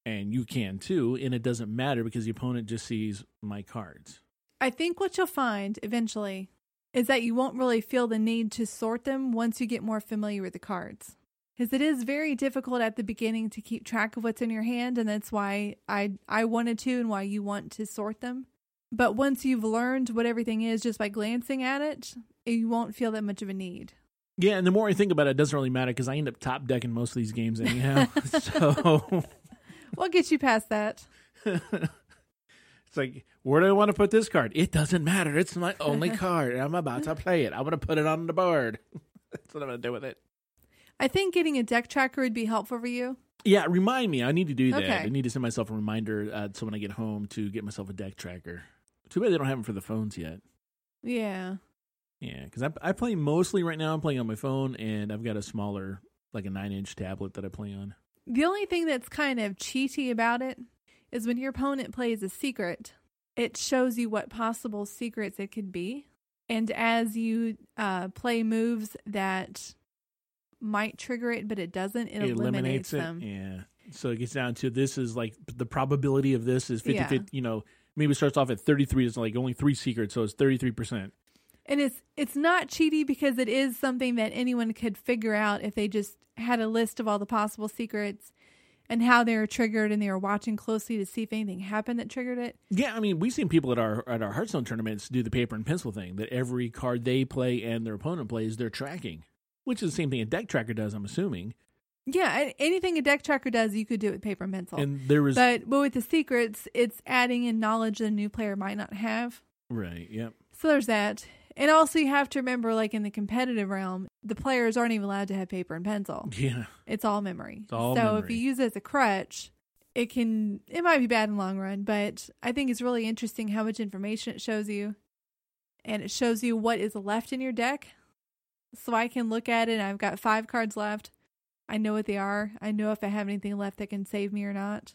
and you can too. And it doesn't matter because the opponent just sees my cards. I think what you'll find eventually is that you won't really feel the need to sort them once you get more familiar with the cards. Because it is very difficult at the beginning to keep track of what's in your hand, and that's why I, I wanted to and why you want to sort them. But once you've learned what everything is just by glancing at it, you won't feel that much of a need. Yeah, and the more I think about it, it doesn't really matter because I end up top decking most of these games anyhow. so We'll get you past that. it's like, where do I want to put this card? It doesn't matter. It's my only card. and I'm about to play it. I want to put it on the board. That's what I'm going to do with it. I think getting a deck tracker would be helpful for you. Yeah, remind me. I need to do that. Okay. I need to send myself a reminder uh, so when I get home to get myself a deck tracker. Too bad they don't have them for the phones yet. Yeah. Yeah, because I, I play mostly right now. I'm playing on my phone, and I've got a smaller, like a nine inch tablet that I play on. The only thing that's kind of cheaty about it is when your opponent plays a secret, it shows you what possible secrets it could be. And as you uh, play moves that might trigger it, but it doesn't, it, eliminates, them. Yeah. So it gets down to this is like the probability of this is 50, Yeah. 50 you know, maybe it starts off at 33. It's like only three secrets, so it's 33%. And it's it's not cheaty because it is something that anyone could figure out if they just had a list of all the possible secrets and how they were triggered and they were watching closely to see if anything happened that triggered it. Yeah, I mean, we've seen people at our at our Hearthstone tournaments do the paper and pencil thing that every card they play and their opponent plays, they're tracking, which is the same thing a deck tracker does, I'm assuming. Yeah, a- anything a deck tracker does, you could do with paper and pencil. And there was But but with the secrets, it's adding in knowledge that a new player might not have. right, yep, So there's that. And also you have to remember like in the competitive realm, the players aren't even allowed to have paper and pencil. yeah, It's all memory. It's all so if memory. you use it as a crutch, it can it might be bad in the long run, but I think it's really interesting how much information it shows you. And it shows you what is left in your deck. So I can look at it and I've got five cards left. I know what they are. I know if I have anything left that can save me or not.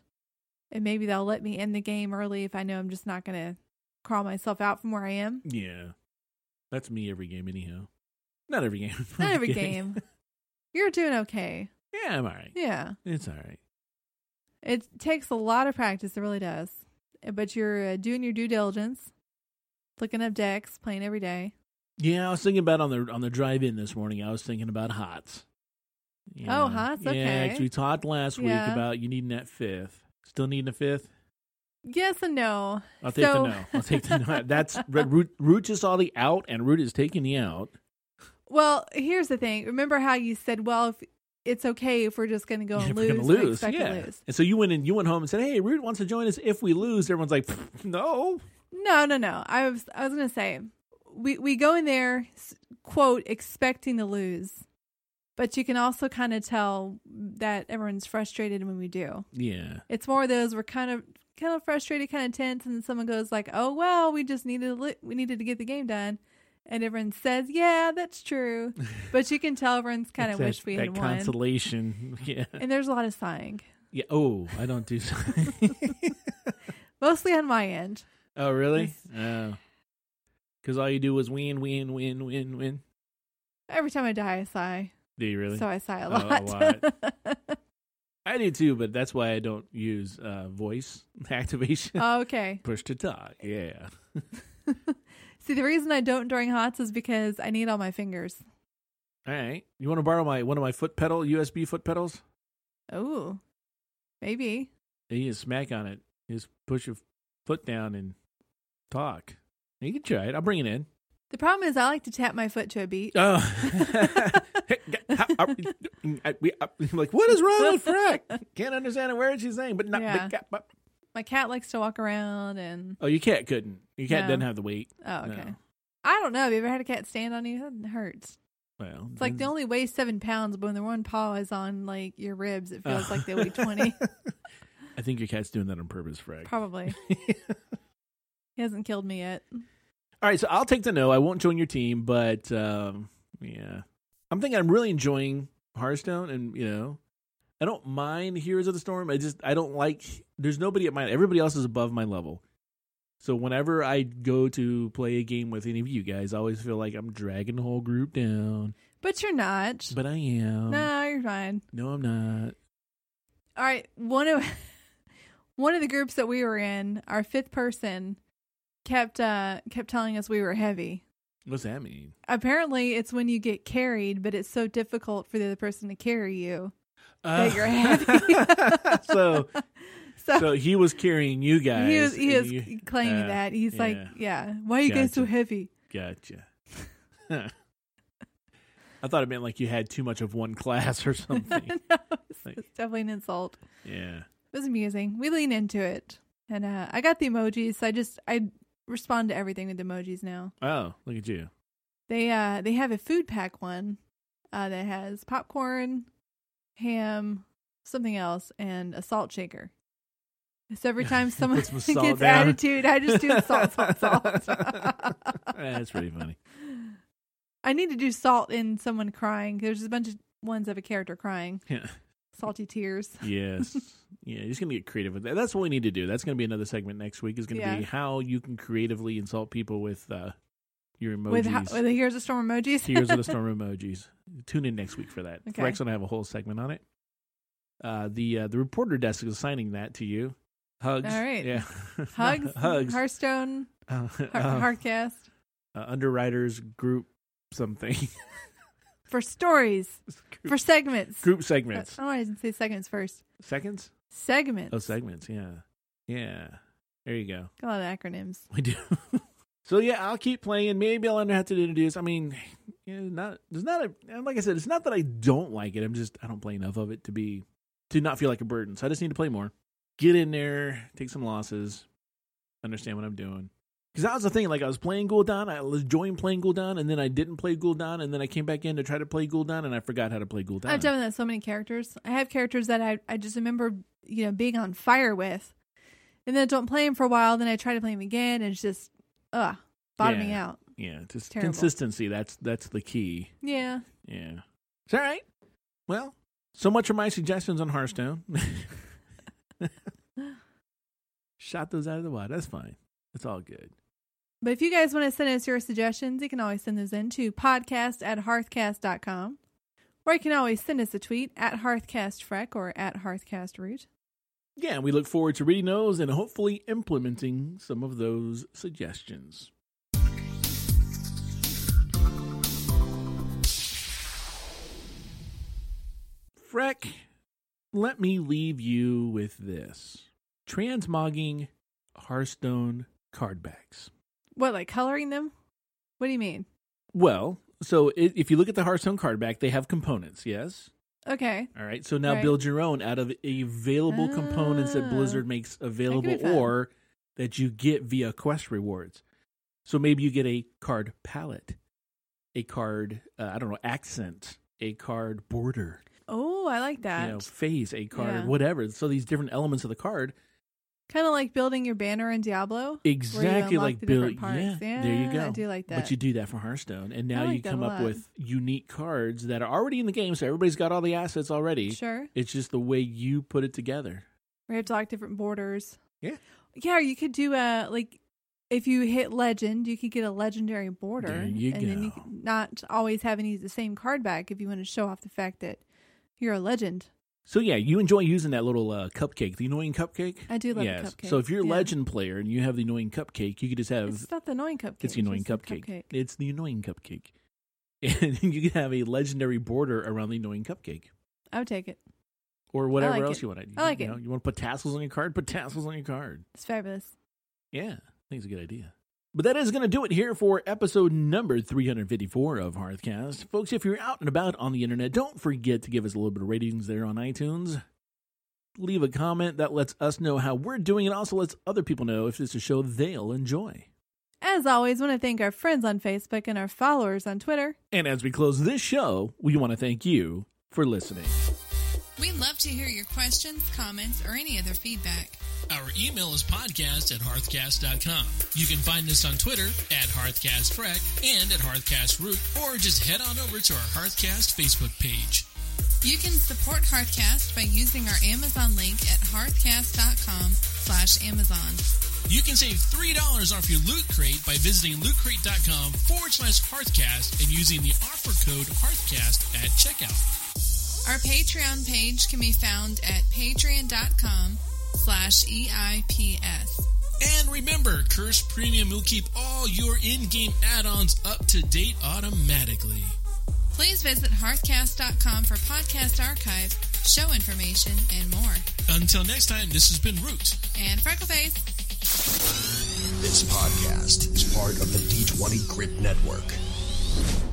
And maybe they'll let me end the game early if I know I'm just not gonna crawl myself out from where I am. yeah. That's me every game, anyhow. Not every game. Not every game. You're doing okay. yeah, I'm all right. Yeah. It's all right. It takes a lot of practice. It really does. But you're uh, doing your due diligence, looking up decks, playing every day. Yeah, I was thinking about on the on the drive in this morning. I was thinking about hots. Oh, hots, Yeah, okay. 'cause we talked last Yeah. week about you needing that fifth. Still needing a fifth. Yes and no. I'll take So- the no. I'll take the no. That's Root. Root just saw the out, and Root is taking the out. Well, here's the thing. Remember how you said, well, if it's okay if we're just going to go If and we're lose. gonna we lose, expect to yeah. lose. And so you went and you went home and said, "Hey, Root wants to join us. If we lose, everyone's like, "Pfft, no." No, no, no. I was, I was going to say, we, we go in there, s- quote, expecting to lose. But you can also kind of tell that everyone's frustrated when we do. Yeah, It's more of those we're kind of kind of frustrated, kind of tense, and someone goes like, "Oh well, we just needed to li- we needed to get the game done," and everyone says, "Yeah, that's true," but you can tell everyone's kind of It's that- wish we that had won. consolation. Yeah. And there's a lot of sighing, Yeah. Oh, I don't do. So- mostly on my end. oh, really? Oh. Because all you do is win, win, win, win, win. Every time I die, I sigh. Do you really? So I sigh a Oh, a lot. I do too, but that's why I don't use uh, voice activation. Oh. okay. Push to talk. Yeah. See, the reason I don't during hots is because I need all my fingers. All right. You want to borrow my one of my foot pedal USB foot pedals? Oh, maybe. You just smack on it. You just push your foot down and talk. You can try it. I'll bring it in. The problem is I like to tap my foot to a beat. Oh. Hey, g- how- how- I- we- I- I'm like, what is wrong with Frank? Can't understand a word she's saying, but not. Yeah. but- but- My cat likes to walk around and oh, your cat couldn't. Your cat No. doesn't have the weight. oh, okay. No. I don't know. Have you ever had a cat stand on you? It hurts. Well, It's like they only weigh seven pounds, but when the one paw is on like your ribs, it feels Oh. like they weigh twenty. I think your cat's doing that on purpose, Frank. Probably. he hasn't killed me yet. All right, so I'll take the no. I won't join your team, but um, yeah, I'm thinking I'm really enjoying Hearthstone, and you know, I don't mind Heroes of the Storm. I just I don't like. There's nobody at mine. Everybody else is above my level. So whenever I go to play a game with any of you guys, I always feel like I'm dragging the whole group down. But you're not. But um, I am. no, you're fine. No, I'm not. All right, one of one of the groups that we were in, our fifth person kept uh kept telling us we were heavy. What's that mean? Apparently, it's when you get carried, but it's so difficult for the other person to carry you Uh, that you're heavy. so so, so he was carrying you guys. he was he and is you- claiming uh, that he's like, yeah. yeah, why are you guys so Gotcha. heavy? Gotcha. I thought it meant like you had too much of one class or something. No, it's, Like- it's definitely an insult. yeah. It was amusing. We lean into it, and uh, I got the emojis. So I just I respond to everything with emojis now. Oh, look at you. They uh they have a food pack one uh that has popcorn, ham, something else, and a salt shaker. So every time someone Put some gets salt down. attitude, I just do the salt, salt, salt. Yeah, that's pretty funny. I need to do salt in someone crying. There's a bunch of ones of a character crying, Yeah. salty tears. Yes. Yeah, you're just gonna get creative with that. That's what we need to do. That's gonna be another segment next week. Is gonna Yeah. be how you can creatively insult people with uh, your emojis. With, how, with the here's a storm emojis. Tears of the Storm emojis. Tune in next week for that. Okay. Rex and I have a whole segment on it. Uh, the uh, the reporter desk is assigning that to you. Hugs. All right. Yeah. Hugs, Hugs. Hearthstone, Uh, Har- uh, Hearthcast uh, underwriters group something. for stories, for group, segments. group Uh, segments. Oh, I didn't say segments first. Seconds? Segments. Oh, segments. Yeah. Yeah. There you go. Got a lot of acronyms. We do. so yeah, I'll keep playing. Maybe I'll have to introduce. I mean, you know, not there's not a like I said, it's not that I don't like it. I'm just I don't play enough of it to be to not feel like a burden. So I just need to play more. Get in there, take some losses, understand what I'm doing. Because that was the thing. Like I was playing Gul'dan, I was enjoying playing Gul'dan, and then I didn't play Gul'dan, and then I came back in to try to play Gul'dan, and I forgot how to play Gul'dan. I've done that with so many characters. I have characters that I, I just remember, you know, being on fire with. And then I don't play him for a while, then I try to play him again and it's just ugh, bottoming Yeah. out. yeah, just Terrible. consistency. That's that's the key. Yeah. Yeah. It's all right. Well, so much for my suggestions on Hearthstone. Shot those out of the water. That's fine. It's all good. But if you guys want to send us your suggestions, you can always send those in to podcast at hearthcast.com. Or you can always send us a tweet at hearthcastfreck or at hearthcastroot. Yeah, we look forward to reading those and hopefully implementing some of those suggestions. Freck, let me leave you with this transmogging Hearthstone card backs. What, like coloring them? What do you mean? Well, so i if you look at the Hearthstone card back, they have components, yes? Okay. All right. So now Right. build your own out of available components that Ah. Blizzard makes available fun. or that you get via quest rewards. So maybe you get a card palette, a card, uh, I don't know, accent, a card border, Oh, I like that. you know, phase, a card, Yeah. whatever. So these different elements of the card Kind of like building your banner in Diablo. Where Exactly you like the Bill. different parts. Yeah, there you go. I do like that. But you do that for Hearthstone, and now I like you that come a up lot. with unique cards that are already in the game, so everybody's got all the assets already. sure. It's just the way you put it together. We have to like different borders. Yeah. Yeah, you could do a like if you hit legend, you could get a legendary border. There you and then you go. could not always having to use the same card back if you want to show off the fact that you're a legend. So yeah, you enjoy using that little uh, cupcake, the annoying cupcake. I do love a yes. cupcake, So if you're a yeah. legend player and you have the annoying cupcake, you could just have It's not the annoying cupcake. It's the annoying just cupcake. It's the annoying cupcake. And you could have a legendary border around the annoying cupcake. I would take it. Or whatever like else it. you want to do. I like you it. Know, you want to put tassels on your card? Put tassels on your card. It's fabulous. Yeah, I think it's a good idea. But that is going to do it here for episode number 354 of Hearthcast. Folks, if you're out and about on the internet, don't forget to give us a little bit of ratings there on iTunes. Leave a comment that lets us know how we're doing. It also lets other people know if it's a show they'll enjoy. As always, want to thank our friends on Facebook and our followers on Twitter. And as we close this show, we want to thank you for listening. We love to hear your questions, comments, or any other feedback. Our email is podcast at hearthcast.com. You can find us on Twitter at hearthcastrec and at hearthcastroot, or just head on over to our Hearthcast Facebook page. You can support Hearthcast by using our Amazon link at hearthcast.com slash Amazon. You can save $3 off your Loot Crate by visiting lootcrate.com forward slash hearthcast and using the offer code hearthcast at checkout. Our Patreon page can be found at patreon.com slash E EIPS. And remember, Curse Premium will keep all your in-game add-ons up to date automatically. Please visit hearthcast.com for podcast archives, show information, and more. Until next time, this has been Root. And Freckleface, This podcast is part of the D20 Grit Network.